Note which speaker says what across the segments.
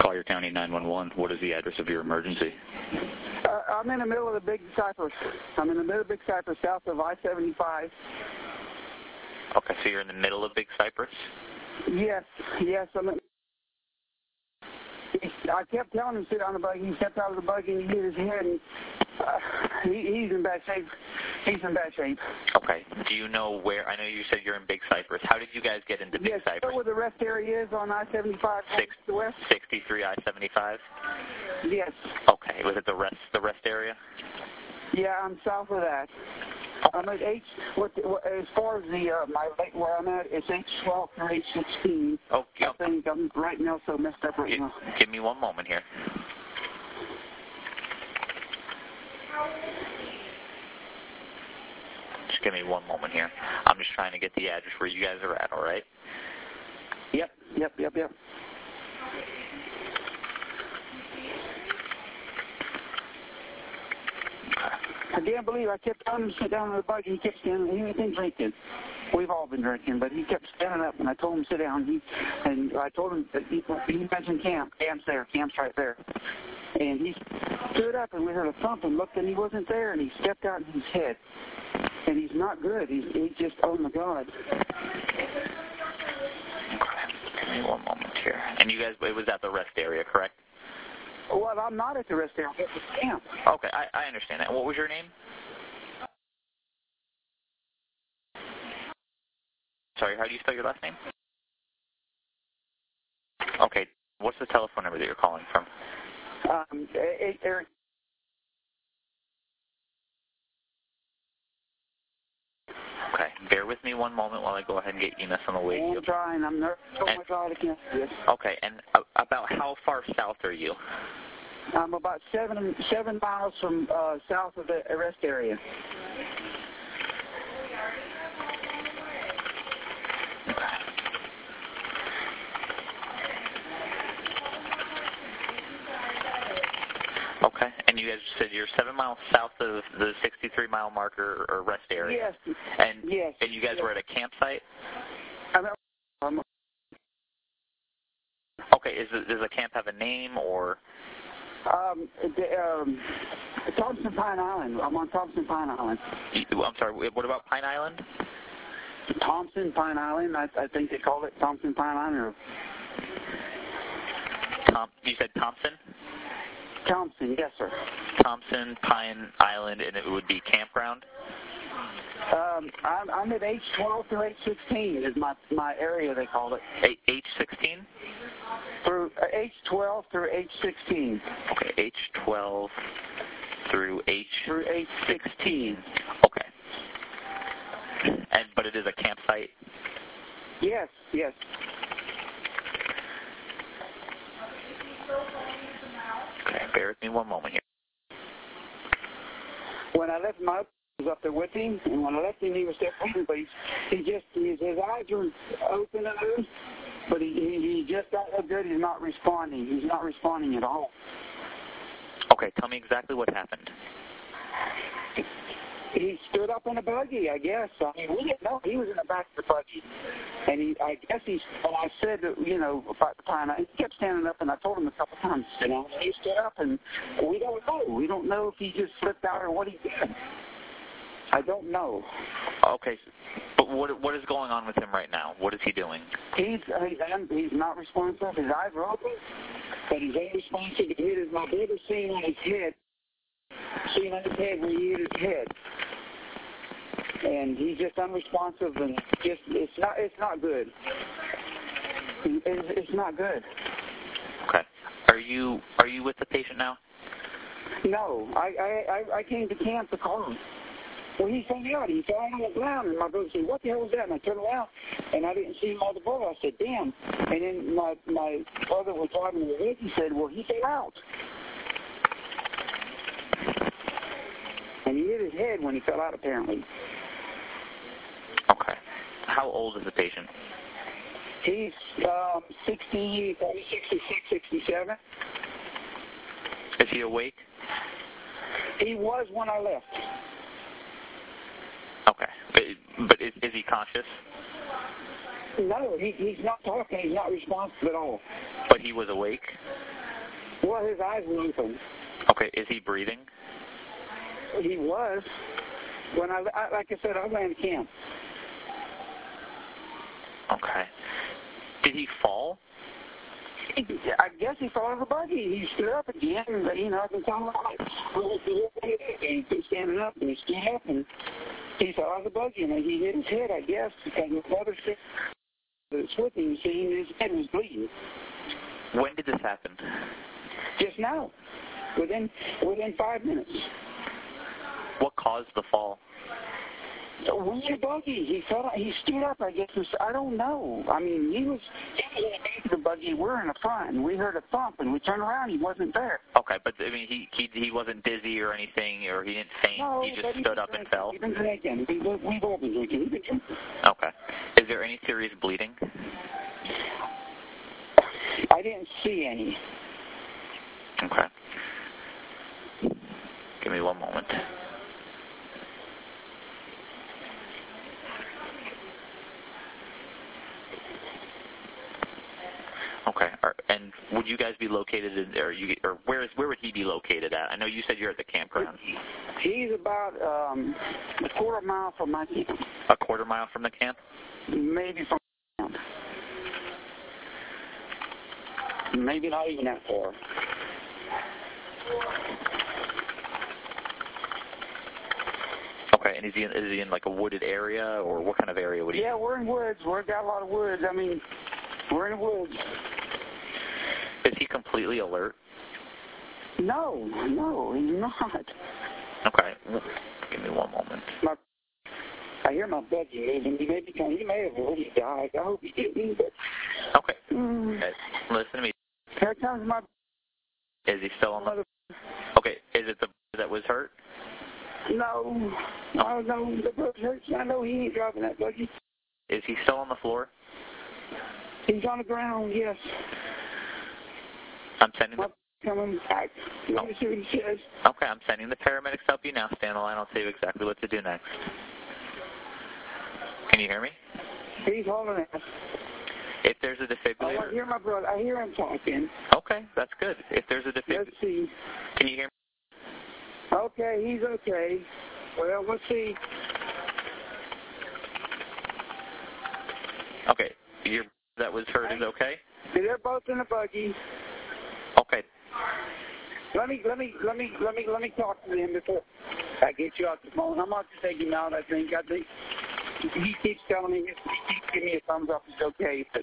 Speaker 1: Collier County 911. What is the address of your emergency?
Speaker 2: Uh, I'm in the middle of the Big Cypress. I'm in the middle of Big Cypress, south of I-75.
Speaker 1: Okay, so you're in the middle of Big Cypress?
Speaker 2: Yes, yes. I'm in, I kept telling him to sit on the buggy. He stepped out of the buggy and he hit his head. And, uh, he, he's in bad shape. He's in bad shape.
Speaker 1: Okay. Do you know where? I know you said you're in Big Cypress. How did you guys get into Big
Speaker 2: yes, you know
Speaker 1: Cypress?
Speaker 2: where the rest area is on I-75
Speaker 1: Six-
Speaker 2: to the west?
Speaker 1: 63 I-75.
Speaker 2: Yes.
Speaker 1: Okay. Was it the rest the rest area?
Speaker 2: Yeah, I'm south of that. I'm at H. What, what, as far as the uh, my lake where I'm at, it's H12 through H16.
Speaker 1: Okay.
Speaker 2: I think I'm right now so messed up right
Speaker 1: Gi-
Speaker 2: now.
Speaker 1: Give me one moment here. Just give me one moment here. I'm just trying to get the address where you guys are at, all right?
Speaker 2: Yep, yep, yep, yep. I can't believe I kept telling him to sit down on the bike and he kept standing. He had been drinking. We've all been drinking, but he kept standing up and I told him to sit down. He, and I told him that he, he mentioned camp. Camp's there. Camp's right there. And he stood up and we heard a thump and looked and he wasn't there and he stepped out in his head. And he's not good. He's, he's just, oh my God.
Speaker 1: Okay. Give me one moment here. And you guys, it was at the rest area, correct?
Speaker 2: Well, I'm not at the rest area. It's the camp.
Speaker 1: Okay, I, I understand that. What was your name? Sorry, how do you spell your last name? Okay, what's the telephone number that you're calling from?
Speaker 2: Um, eh, eh, Eric,
Speaker 1: Okay, bear with me one moment while I go ahead and get EMS on the way.
Speaker 2: I'm trying. I'm nervous. Oh my God, I can't do this.
Speaker 1: Okay, and a- about how far south are you?
Speaker 2: I'm about seven seven miles from uh, south of the arrest area.
Speaker 1: Okay, and you guys said you're seven miles south of the 63 mile marker or rest area.
Speaker 2: Yes,
Speaker 1: And
Speaker 2: yes.
Speaker 1: and you guys were at a campsite.
Speaker 2: I'm, I'm,
Speaker 1: Okay, is it, does the camp have a name or?
Speaker 2: um, the, um, Thompson Pine Island. I'm on Thompson Pine Island.
Speaker 1: you- I'm sorry. What about Pine Island?
Speaker 2: Thompson Pine Island. I, I think they call it Thompson Pine Island or
Speaker 1: Tom, you said Thompson.
Speaker 2: Thompson. Yes, sir.
Speaker 1: Thompson Pine Island, and it would be campground.
Speaker 2: Um, I'm, I'm at H12 through H16 is my my area. They call it
Speaker 1: A- H16.
Speaker 2: through uh, H12 through H16
Speaker 1: Okay, H12 through H.
Speaker 2: through H16.
Speaker 1: Okay. And but it is a campsite.
Speaker 2: Yes, yes.
Speaker 1: Okay, bear with me one moment here.
Speaker 2: when I left my was up there with him, and when I left him, he was still fighting, but he's, he just his, his eyes were open and loose, but he, he he just got up good. He's not responding. He's not responding at all.
Speaker 1: Okay, tell me exactly what happened.
Speaker 2: He stood up in a buggy, I guess. I mean, we didn't know he was in the back of the buggy, and he I guess he's. And I said, that, you know, about the time I, he kept standing up, and I told him a couple times, you know, and he stood up, and we don't know. We don't know if he just slipped out or what he did. I don't know.
Speaker 1: Okay, s- but what what is going on with him right now? What is he doing?
Speaker 2: He's uh, he's, un- he's not responsive. His eyes are open, but he's unresponsive. He hit his my brother seen on his head, seen on his head where he hit his head, and he's just unresponsive and just it's not it's not good. It- It's, it's not good.
Speaker 1: Okay, are you are you with the patient now?
Speaker 2: No, I I I, I came to camp to call him. Well, he found out. He fell on the ground, and my brother said, "What the hell was that?" And I turned around, and I didn't see him on the boat. I said, "Damn!" And then my my brother was driving the rig. He said, "Well, he fell out." And he hit his head when he fell out, apparently.
Speaker 1: Okay, how old is the patient?
Speaker 2: He's um, 60, probably 66, 67.
Speaker 1: Is he awake?
Speaker 2: He was when I left.
Speaker 1: Okay, but, but is, is he conscious?
Speaker 2: No, he, he's not talking. He's not responsive at all.
Speaker 1: But he was awake?
Speaker 2: Well, his eyes were open.
Speaker 1: Okay, is he breathing?
Speaker 2: He was. When I, I like I said, I ran camp.
Speaker 1: Okay. Did he fall?
Speaker 2: I guess he fell out of the buggy. He stood up again, but you know, I can tell him like, well, he kept standing up and he stood up and he fell out of the buggy and he hit his head, I guess, because his mother said that it's with him, so he- his head was bleeding.
Speaker 1: When did this happen?
Speaker 2: Just now, within within five minutes.
Speaker 1: What caused the fall?
Speaker 2: When the buggy, he fell. He stood up. I guess. and s- I don't know. I mean, he was he was in the back of the buggy. We're in the front, and we heard a thump, and we turned around. He wasn't there.
Speaker 1: Okay, but I mean, he he he wasn't dizzy or anything, or he didn't faint.
Speaker 2: No,
Speaker 1: he
Speaker 2: but
Speaker 1: just
Speaker 2: he
Speaker 1: stood
Speaker 2: was
Speaker 1: up and
Speaker 2: drinking.
Speaker 1: fell.
Speaker 2: He been drinking. We, we, we've all been drinking. He's been drinking.
Speaker 1: Okay. Is there any serious bleeding?
Speaker 2: I didn't see any.
Speaker 1: Okay. Give me one moment. Okay. Are, and would you guys be located in or you or where is where would he be located at? I know you said you're at the campground.
Speaker 2: He's about um, a quarter mile from my camp,
Speaker 1: A quarter mile from the camp?
Speaker 2: maybe from camp. Maybe not even that far.
Speaker 1: Okay. And is he in, is he in like a wooded area or what kind of area would he
Speaker 2: Yeah, we're in woods. We've got a lot of woods. I mean, we're in the woods.
Speaker 1: Is he completely alert?
Speaker 2: No, no, he's not.
Speaker 1: Okay. Give me one moment.
Speaker 2: My, I hear my budgie moving. He may be coming. He may have already died. I hope he didn't. But
Speaker 1: Okay.
Speaker 2: mm,
Speaker 1: okay. Listen to me.
Speaker 2: here comes my
Speaker 1: Is he still on the
Speaker 2: mother.
Speaker 1: Okay, is it the that was hurt?
Speaker 2: No, I know the bus hurts. I know he ain't driving that buggy.
Speaker 1: Is he still on the floor?
Speaker 2: He's on the ground. Yes,
Speaker 1: I'm sending.
Speaker 2: my coming back. Let me see what he says.
Speaker 1: The, okay, I'm sending the paramedics to help you now. Stay on the line. I'll tell you exactly what to do next. Can you hear me?
Speaker 2: He's holding it.
Speaker 1: If there's a
Speaker 2: Oh, I
Speaker 1: defibrillator.
Speaker 2: hear my brother. I hear him talking.
Speaker 1: Okay, that's good. If there's a
Speaker 2: Let's
Speaker 1: defibrillator,
Speaker 2: see.
Speaker 1: can you hear me?
Speaker 2: Okay, he's okay. Well, let's see.
Speaker 1: Okay, your that was hurt is okay.
Speaker 2: They're both in the buggy.
Speaker 1: Okay,
Speaker 2: Let me let me let me let me let me talk to him before I get you off the phone. I'm not to take him out. I think I think he keeps telling me he keeps giving me a thumbs up. It's okay, but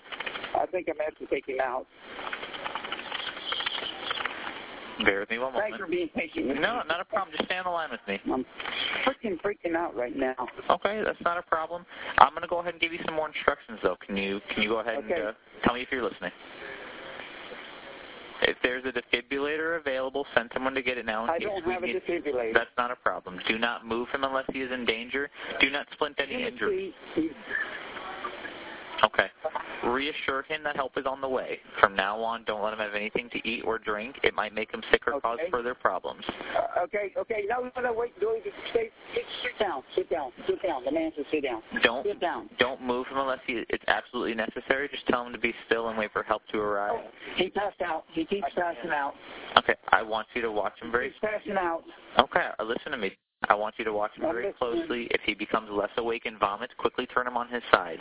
Speaker 2: I think I'm gonna have to take him out.
Speaker 1: bear with me one
Speaker 2: Thanks
Speaker 1: moment.
Speaker 2: for being patient. with
Speaker 1: No,
Speaker 2: me.
Speaker 1: not a problem. Just stay on the line with me.
Speaker 2: I'm freaking freaking out right now.
Speaker 1: Okay, that's not a problem. I'm gonna go ahead and give you some more instructions though. Can you can you go ahead
Speaker 2: Okay.
Speaker 1: and uh, tell me if you're listening? If there's a defibrillator available, send someone to get it now. in
Speaker 2: I
Speaker 1: case
Speaker 2: don't
Speaker 1: we
Speaker 2: have a
Speaker 1: need-
Speaker 2: defibrillator.
Speaker 1: That's not a problem. Do not move him unless he is in danger. Do not splint any injury. Okay. Reassure him that help is on the way. From now on, don't let him have anything to eat or drink. It might make him sick or cause
Speaker 2: Okay.
Speaker 1: further problems.
Speaker 2: Uh, okay, okay. No, no, no. Wait, Billy. just Stay. Sit, sit down. Sit down. Sit down. The man says sit down.
Speaker 1: Don't
Speaker 2: Sit down.
Speaker 1: don't move him unless he, it's absolutely necessary. Just tell him to be still and wait for help to arrive.
Speaker 2: He passed out. He keeps passing out.
Speaker 1: Okay, I want you to watch him very.
Speaker 2: He's passing out.
Speaker 1: Okay, uh, listen to me. I want you to watch him
Speaker 2: I'm
Speaker 1: very
Speaker 2: listening.
Speaker 1: closely. If he becomes less awake and vomits, quickly turn him on his side.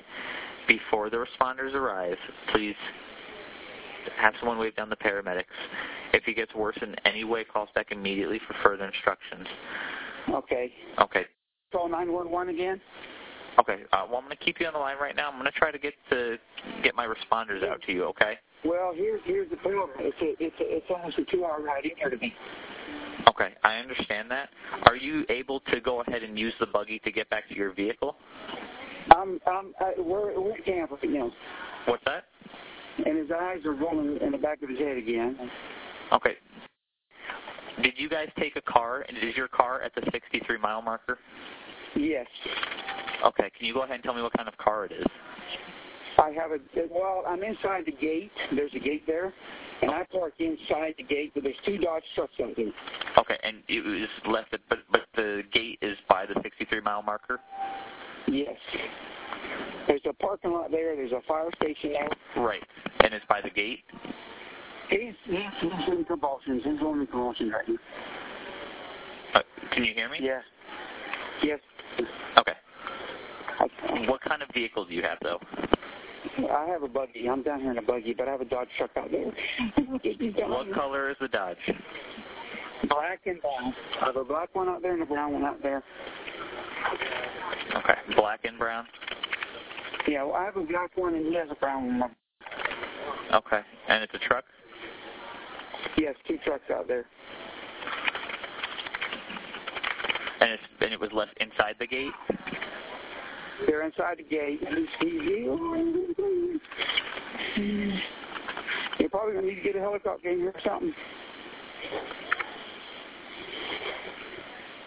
Speaker 1: Before the responders arrive, please have someone wave down the paramedics. If he gets worse in any way, call us back immediately for further instructions.
Speaker 2: Okay.
Speaker 1: Okay.
Speaker 2: Call 911 again.
Speaker 1: Okay. Uh, well, I'm going to keep you on the line right now. I'm going to try to get the get my responders out to you. Okay.
Speaker 2: Well, here's here's the problem. It's a, it's a, it's almost a two-hour ride in here to me.
Speaker 1: Okay. I understand that. Are you able to go ahead and use the buggy to get back to your vehicle?
Speaker 2: I'm I'm I, we're we're at camp right now,
Speaker 1: What's that?
Speaker 2: and his eyes are rolling in the back of his head again.
Speaker 1: Okay. Did you guys take a car? And is your car at the 63 mile marker?
Speaker 2: Yes,
Speaker 1: Okay. Can you go ahead and tell me what kind of car it is?
Speaker 2: I have a. Well, I'm inside the gate. There's a gate there, and I park inside the gate. But there's two Dodge trucks out there.
Speaker 1: Okay, and it was left, at, but but the gate is by the 63 mile marker.
Speaker 2: Yes. There's a parking lot there. There's a fire station there.
Speaker 1: Right. And it's by the gate?
Speaker 2: He's, he's, he's in convulsions. He's going in convulsions right now.
Speaker 1: Uh, can you hear me?
Speaker 2: Yeah. Yes.
Speaker 1: Okay.
Speaker 2: I,
Speaker 1: What kind of vehicle do you have, though?
Speaker 2: I have a buggy. I'm down here in a buggy, but I have a Dodge truck out there.
Speaker 1: What color is the Dodge?
Speaker 2: Black and brown. I have a black one out there and a brown one out there.
Speaker 1: Okay. Black and brown?
Speaker 2: Yeah, well, I have a black one and he has a brown one.
Speaker 1: Okay. And it's a truck?
Speaker 2: He has two trucks out there.
Speaker 1: And, it's, and it was left inside the gate?
Speaker 2: They're inside the gate. And he's, he's, you're probably going to need to get a helicopter in here or something.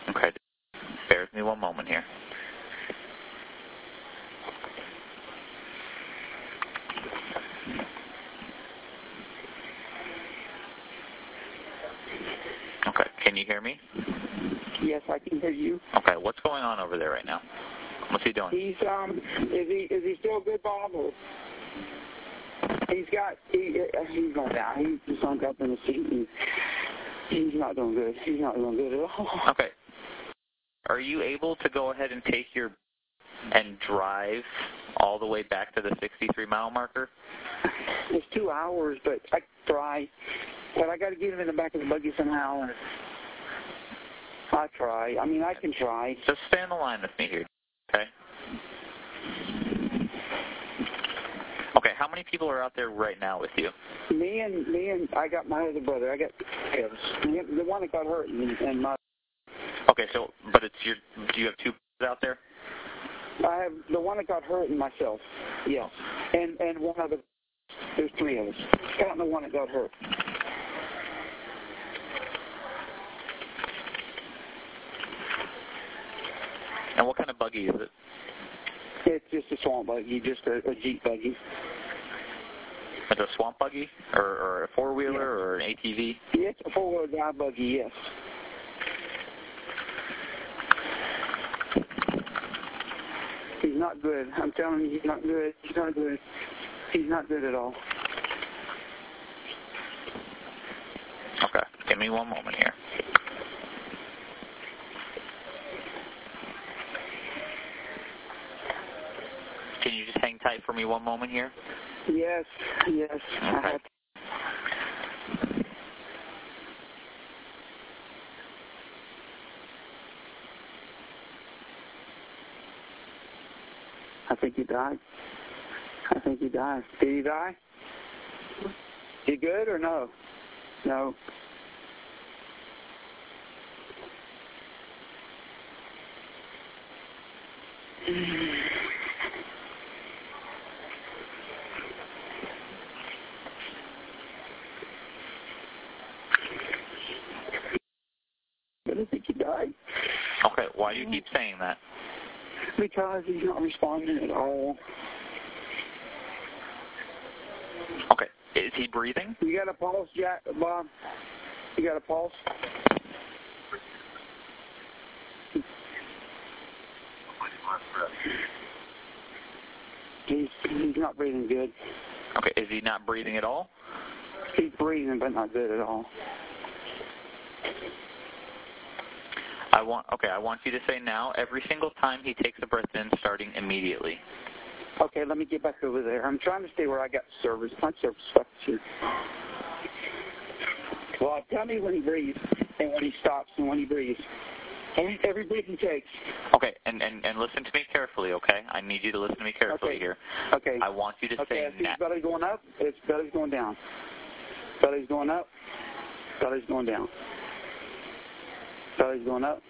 Speaker 1: Okay. Bear with me one moment here. Okay. Can you hear me?
Speaker 2: Yes, I can hear you.
Speaker 1: Okay. What's going on over there right now? What's he doing?
Speaker 2: He's um, is he is he still good, Bob? Or he's got he uh, he's going down. He's sunk up in the seat. And he's not doing good. He's not doing good at all.
Speaker 1: Okay. Are you able to go ahead and take your and drive all the way back to the 63 mile marker?
Speaker 2: It's two hours, but I try. But I got to get him in the back of the buggy somehow. And I try. I mean, I can try.
Speaker 1: Just stay on the line with me here, okay? Okay, how many people are out there right now with you?
Speaker 2: Me and me and I got my other brother. I got the one that got hurt and, and my
Speaker 1: Okay, so but it's your do you have two out there?
Speaker 2: I have the one that got hurt and myself. Yeah. And and one other. There's three of us. Counting the one that got hurt.
Speaker 1: And what kind of buggy is it?
Speaker 2: It's just a swamp buggy, just a, a jeep buggy.
Speaker 1: Is it a swamp buggy or, or a four wheeler
Speaker 2: Yeah.
Speaker 1: or an ATV?
Speaker 2: Yeah, It's a four-wheel drive buggy. Yes. He's not good. I'm telling you, he's not good. He's not good. He's not good at all.
Speaker 1: Okay, give me one moment here. Can you just hang tight for me one moment here?
Speaker 2: Yes. Yes. I
Speaker 1: Okay.
Speaker 2: have I think he died. I think he died. Did he die? He good or no? No. But I think he died
Speaker 1: Okay, why do you keep saying that?
Speaker 2: because he's not responding at all.
Speaker 1: Okay, is he breathing?
Speaker 2: You got a pulse, Jack, Bob? You got a pulse? He's, he's not breathing good.
Speaker 1: Okay, is he not breathing at all?
Speaker 2: He's breathing, but not good at all.
Speaker 1: I want okay, I want you to say now every single time he takes a breath in starting immediately.
Speaker 2: Okay, let me get back over there. I'm trying to stay where I got service. My service sucks here. Well, tell me when he breathes and when he stops and when he breathes. Every, every breath he takes.
Speaker 1: Okay, and, and, and listen to me carefully, okay? I need you to listen to me carefully
Speaker 2: Okay.
Speaker 1: here.
Speaker 2: Okay.
Speaker 1: I want you to
Speaker 2: Okay, I
Speaker 1: say
Speaker 2: see his
Speaker 1: na-
Speaker 2: belly's going up. His belly's going down. Belly's going up. Belly's going down. Belly's going up.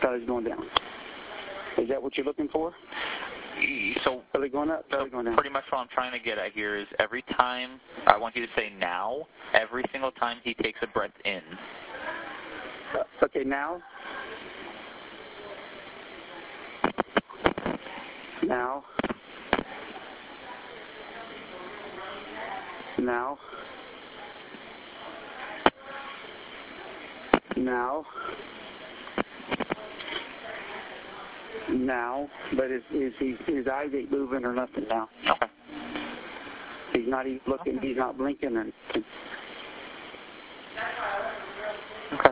Speaker 2: Belly's going down. Is that what you're looking for?
Speaker 1: so
Speaker 2: Belly going up.
Speaker 1: So
Speaker 2: Belly going down.
Speaker 1: pretty much what I'm trying to get at here is every time I want you to say now, every single time he takes a breath in.
Speaker 2: Uh, Okay, now. Now. Now. Now. now, but his his, his, his eyes ain't moving or nothing now.
Speaker 1: Okay.
Speaker 2: He's not even looking. He's not blinking or anything.
Speaker 1: Okay.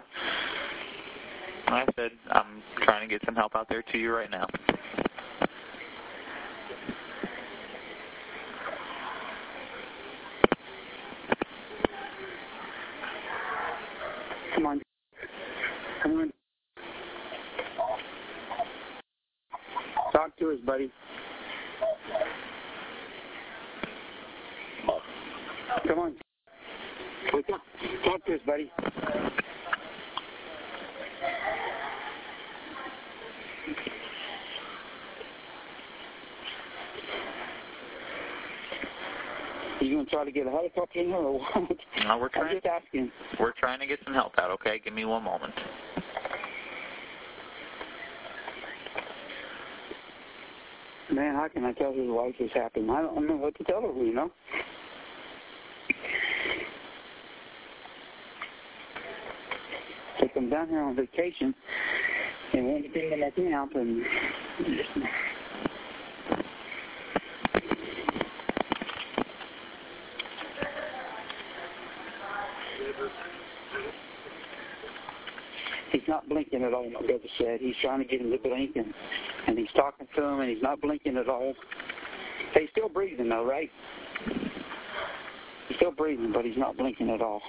Speaker 1: Like I said, I'm trying to get some help out there to you right now.
Speaker 2: Come on. Come on. Talk to us, buddy. Come on. Wake up. Talk to us, buddy. You gonna try to get a helicopter in here or what?
Speaker 1: No, we're
Speaker 2: I'm
Speaker 1: trying.
Speaker 2: just asking.
Speaker 1: We're trying to get some help out. Okay, give me one moment.
Speaker 2: Man, how can I tell his wife is happy? I don't know what to tell her, you know? They come down here on vacation and want to bring that thing out and He's not blinking at all, my brother said. He's trying to get him to blink, and, and he's talking to him, and he's not blinking at all. He's still breathing, though, right? He's still breathing, but he's not blinking at all.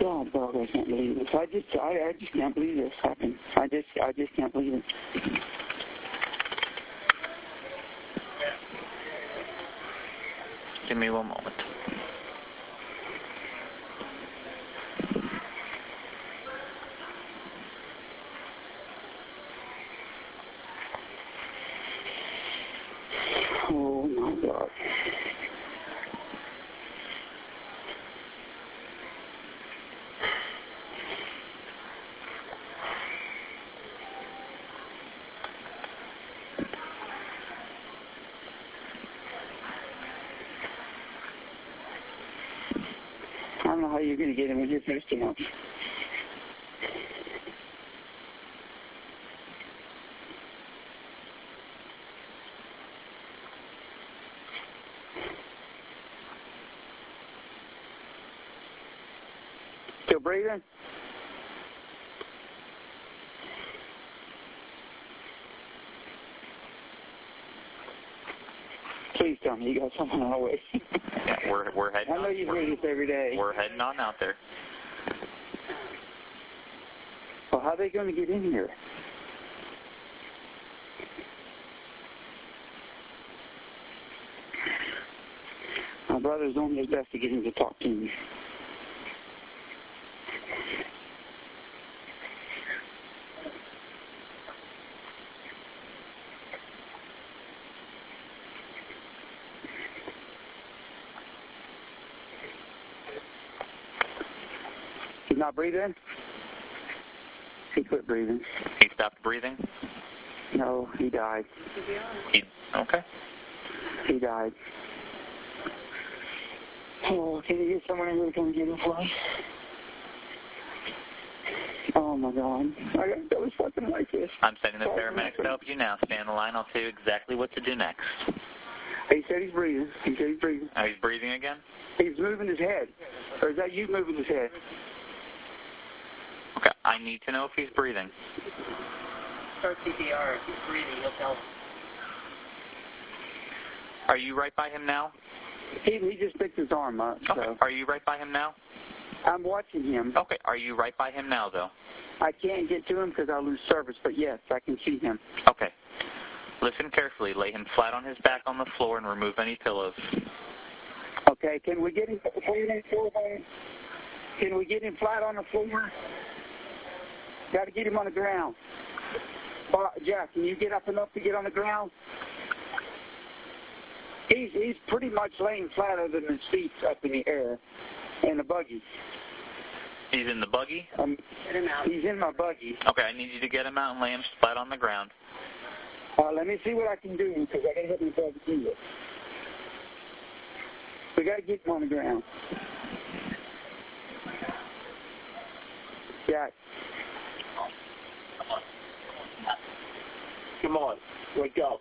Speaker 2: God, dog, I can't believe this. I just, I, I just can't believe this happened. I just, I just can't believe it.
Speaker 1: Give me one moment.
Speaker 2: Oh my God. I don't know how you're going to get him when you're finished him up. Still breathing? Please tell me you got someone on the way.
Speaker 1: Yeah, we're we're heading.
Speaker 2: I know
Speaker 1: on,
Speaker 2: you
Speaker 1: we're,
Speaker 2: hear this every day.
Speaker 1: we're heading on out there.
Speaker 2: Well, how are they going to get in here? My brother's doing his best to get him to talk to me. He's not breathing? He quit breathing.
Speaker 1: He stopped breathing.
Speaker 2: No, he died.
Speaker 1: He okay.
Speaker 2: He died. Oh, can you get someone in here to come get him for me? Oh my God! I got that was fucking like this.
Speaker 1: I'm sending the paramedics to help you now. Stay on the line. I'll tell you exactly what to do next.
Speaker 2: He said he's breathing. He said he's breathing.
Speaker 1: Oh, he's breathing again.
Speaker 2: He's moving his head. Or is that you moving his head?
Speaker 1: Okay. I need to know if he's breathing.
Speaker 3: Start CPR. If he's breathing, he'll tell us.
Speaker 1: Are you right by him now?
Speaker 2: He he just picked his arm up. So
Speaker 1: Okay. Are you right by him now?
Speaker 2: I'm watching him.
Speaker 1: Okay. Are you right by him now though?
Speaker 2: I can't get to him because I lose service. But yes, I can see him.
Speaker 1: Okay. Listen carefully. Lay him flat on his back on the floor and remove any pillows.
Speaker 2: Okay, can we get him flat on the floor? man? Can we get him flat on the floor? Got to get him on the ground. Uh, Jack, can you get up enough to get on the ground? He's he's pretty much laying flat other than his feet up in the air in the buggy.
Speaker 1: He's in the buggy?
Speaker 2: Um,
Speaker 3: Get him out.
Speaker 2: he's in my buggy.
Speaker 1: Okay, I need you to get him out and lay him flat on the ground.
Speaker 2: Uh, let me see what I can do because I gotta hit myself to do this. We gotta get him on the ground. Yeah.
Speaker 4: Come on, wake up.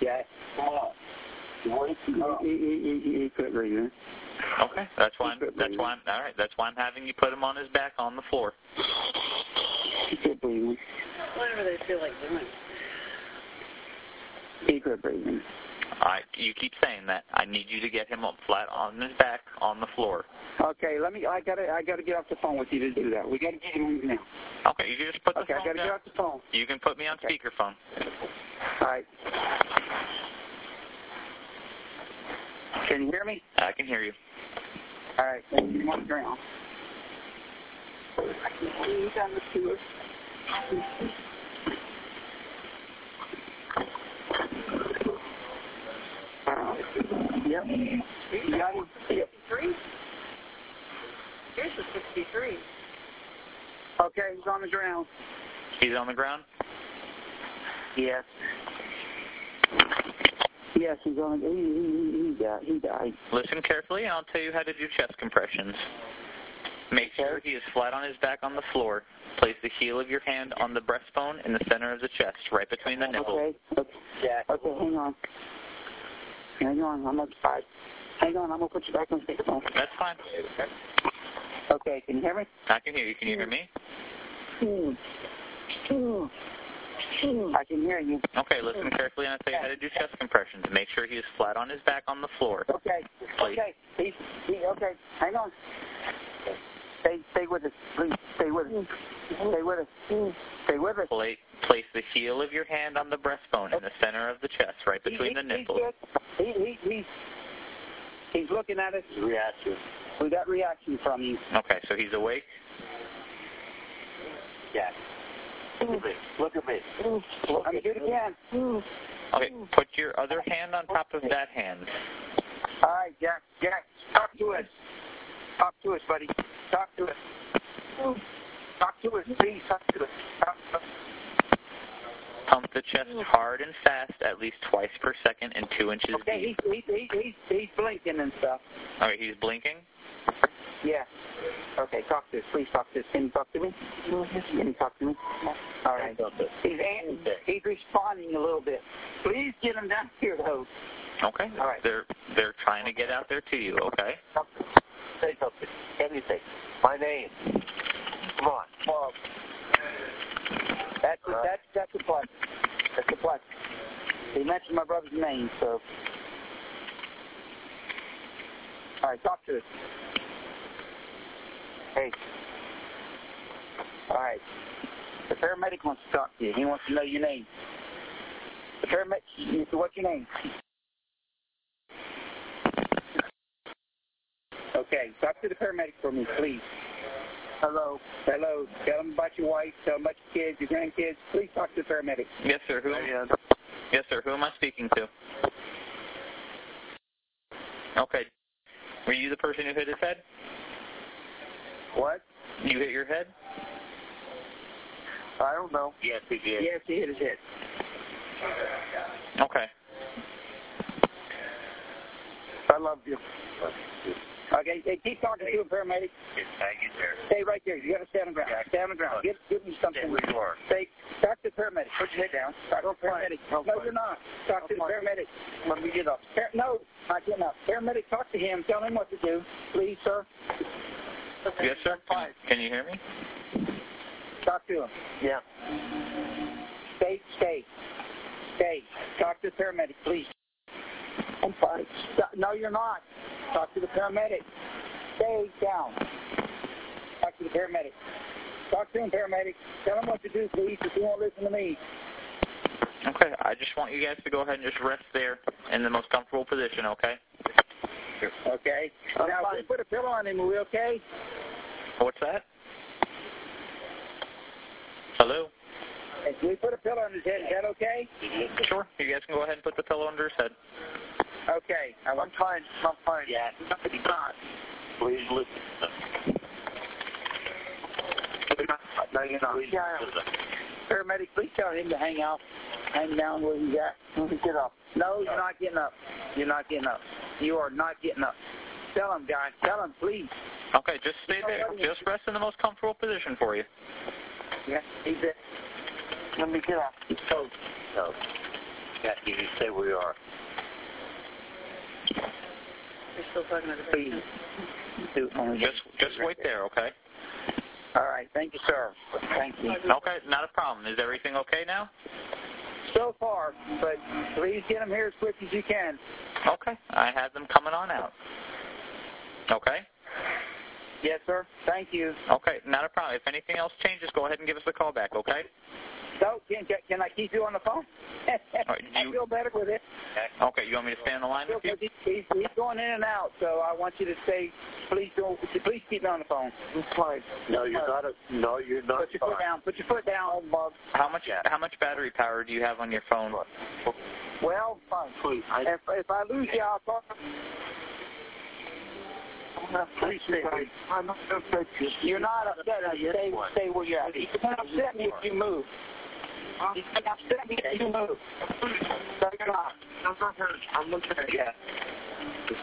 Speaker 2: Yeah.
Speaker 4: Come on. You wake
Speaker 2: Oh,
Speaker 4: up.
Speaker 2: he, he, he, he quit breathing.
Speaker 1: Okay, that's why I'm, that's why I'm, all right, that's why I'm having you put him on his back on the floor.
Speaker 2: He quit breathing.
Speaker 3: Whatever they feel like doing.
Speaker 2: He quit breathing.
Speaker 1: I, you keep saying that. I need you to get him up flat on his back on the floor.
Speaker 2: Okay, let me. I gotta. I gotta get off the phone with you to do that. We gotta get him now.
Speaker 1: Okay, you can just put the
Speaker 2: Okay, I
Speaker 1: phone
Speaker 2: gotta
Speaker 1: down.
Speaker 2: get off the phone.
Speaker 1: You can put me on
Speaker 2: Okay.
Speaker 1: speakerphone.
Speaker 2: All right. Can you hear me?
Speaker 1: I can hear you.
Speaker 2: All right. He's on the ground.
Speaker 3: He's on the sewer.
Speaker 2: Yep. You got him. Yep.
Speaker 3: 63? Here's the 63.
Speaker 2: Okay, he's on the ground.
Speaker 1: He's on the ground.
Speaker 2: Yes. Yes, he's on. He he he, he died. He died.
Speaker 1: Listen carefully, and I'll tell you how to do chest compressions. Make sure he is flat on his back on the floor. Place the heel of your hand on the breastbone in the center of the chest, right between the nipples.
Speaker 2: Okay. Okay.
Speaker 4: Jack.
Speaker 2: Okay. Hang on. Hang on. I'm outside. Hang on. I'm gonna put you back on speakerphone.
Speaker 1: That's fine.
Speaker 2: Okay. Can you hear me?
Speaker 1: I can hear you. Can you hear me?
Speaker 2: I can hear you.
Speaker 1: Okay,
Speaker 2: Mm-hmm.
Speaker 1: listen carefully, and I'll tell you how to do chest compressions. Make sure he is flat on his back on the floor.
Speaker 2: Okay. Okay. He, he, okay. Hang on. Stay, stay with us, please. Stay with us. Stay with us. Stay with us.
Speaker 1: Pla- Place the heel of your hand on the breastbone in the center of the chest, right between the
Speaker 2: He- he- he's
Speaker 1: nipples.
Speaker 2: good. He, he, he's, he's looking at us.
Speaker 4: Reaction.
Speaker 2: We got reaction from you.
Speaker 1: Okay, so he's awake.
Speaker 4: Jack. Look at me. Look at me.
Speaker 2: Let me do it again.
Speaker 1: Okay, put your other hand on top of that hand.
Speaker 2: All right, Jack. Jack, talk to us. Talk to us, buddy. Talk to us. Talk to us, please. Talk to us. Talk to us.
Speaker 1: Pump the chest hard and fast, at least twice per second and two inches
Speaker 2: Okay,
Speaker 1: deep.
Speaker 2: he's, he's, he's, he's, he's blinking and stuff.
Speaker 1: All right, he's blinking.
Speaker 2: Yeah. Okay, talk to us. Please talk to us. Can you talk to me? Can you talk to me? All right. He's, an- he's responding a little bit. Please get him down here, though.
Speaker 1: Okay.
Speaker 2: All right.
Speaker 1: They're they're trying to get out there to you. Okay.
Speaker 4: Say something. Anything. My name. Come on.
Speaker 2: Well, that's, that's, that's a plus. That's a plus. He mentioned my brother's name, so. All right, talk to us. Hey. All right. The paramedic wants to talk to you. He wants to know your name. The paramedic, what's your name? Okay, talk to the paramedic for me, please. Hello. Hello. Tell them about your wife. Tell them about your kids, your grandkids. Please talk to the paramedic.
Speaker 1: Yes, sir. Who? Yes, sir. Who am I speaking to? Okay. Were you the person who hit his head?
Speaker 2: What?
Speaker 1: You hit your head?
Speaker 2: I don't know.
Speaker 4: Yes, he did.
Speaker 2: Yes, he hit his head.
Speaker 1: Okay.
Speaker 2: I love you. Okay, hey, keep talking to him, paramedic.
Speaker 4: I get there.
Speaker 2: Stay right there. You got to stay on the ground. Stay on the ground. Give, give me something.
Speaker 4: Stay where you are.
Speaker 2: Stay. Talk to the paramedic. Put your head down. Talk to the paramedic. No, you're not. Talk to the paramedic. Let me get up. no, not getting up. Paramedic, talk to him. Tell him what to do. Please, sir.
Speaker 1: Yes, sir. Can, can you hear me?
Speaker 2: Talk to him.
Speaker 4: Yeah.
Speaker 2: Stay, stay, stay. Talk to the paramedic, please. I'm fine. Stop. No, you're not. Talk to the paramedic. Stay down. Talk to the paramedic. Talk to him, paramedic. Tell him what to do, please, if you won't listen to me.
Speaker 1: Okay. I just want you guys to go ahead and just rest there in the most comfortable position. Okay.
Speaker 2: Okay? now, if we put a pillow on him, are we okay?
Speaker 1: What's that? Hello.
Speaker 2: If we put a pillow on his head, is that okay?
Speaker 1: Sure. You guys can go ahead and put the pillow under his head.
Speaker 2: Okay. I want-
Speaker 4: I'm fine. I'm fine. Yeah. Please listen. No, you're not. Please
Speaker 2: Yeah.
Speaker 4: listen.
Speaker 2: Paramedic, please tell him to hang out, hang down where he's at. Get up. No, you're not getting up. You're not getting up. You are not getting up. Tell him, guy. Tell him, please.
Speaker 1: Okay, just stay there. Just rest in the most comfortable position for you.
Speaker 2: Yeah, he's there.
Speaker 4: Let me get up. No, no. Yeah, you can stay where you are.
Speaker 3: You're still talking about the
Speaker 2: Please.
Speaker 3: patient.
Speaker 2: Do-
Speaker 1: Just just wait there, okay?
Speaker 2: All right. Thank you, sir. Thank you.
Speaker 1: Okay, not a problem. Is everything okay now?
Speaker 2: So far, but please get him here as quick as you can.
Speaker 1: Okay. I have them coming on out. Okay?
Speaker 2: Yes, sir. Thank you.
Speaker 1: Okay, not a problem. If anything else changes, go ahead and give us a call back, okay?
Speaker 2: So, can, can- can I keep you on the phone?
Speaker 1: right,
Speaker 2: I
Speaker 1: you-
Speaker 2: feel better with it.
Speaker 1: Okay, you want me to stay on the line with you?
Speaker 2: He's, he's he's going in and out, so I want you to stay. Please don't. Please keep me on the phone. I'm sorry.
Speaker 4: No, you're not. A, no, you're not.
Speaker 2: Put your foot down. Put your foot down, Bob.
Speaker 1: How much how much battery power do you have on your phone?
Speaker 2: Well, fine.
Speaker 4: Please, I,
Speaker 2: If, if I lose you, I'll talk.
Speaker 4: please stay. where-
Speaker 2: I'm not upset. You're not upset. Now Stay, stay where you're at. You can't upset me if you move. You can't upset me if you move. No, you're not.
Speaker 4: I'm not hurt. I'm looking at you.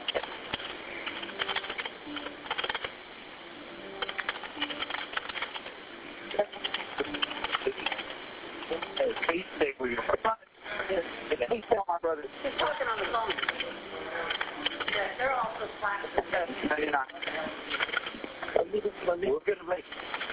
Speaker 4: Please stay where you are.
Speaker 2: Please tell my brother.
Speaker 3: They're talking on the phone. Yeah, they're also slack.
Speaker 2: No, you're not.
Speaker 4: We're gonna make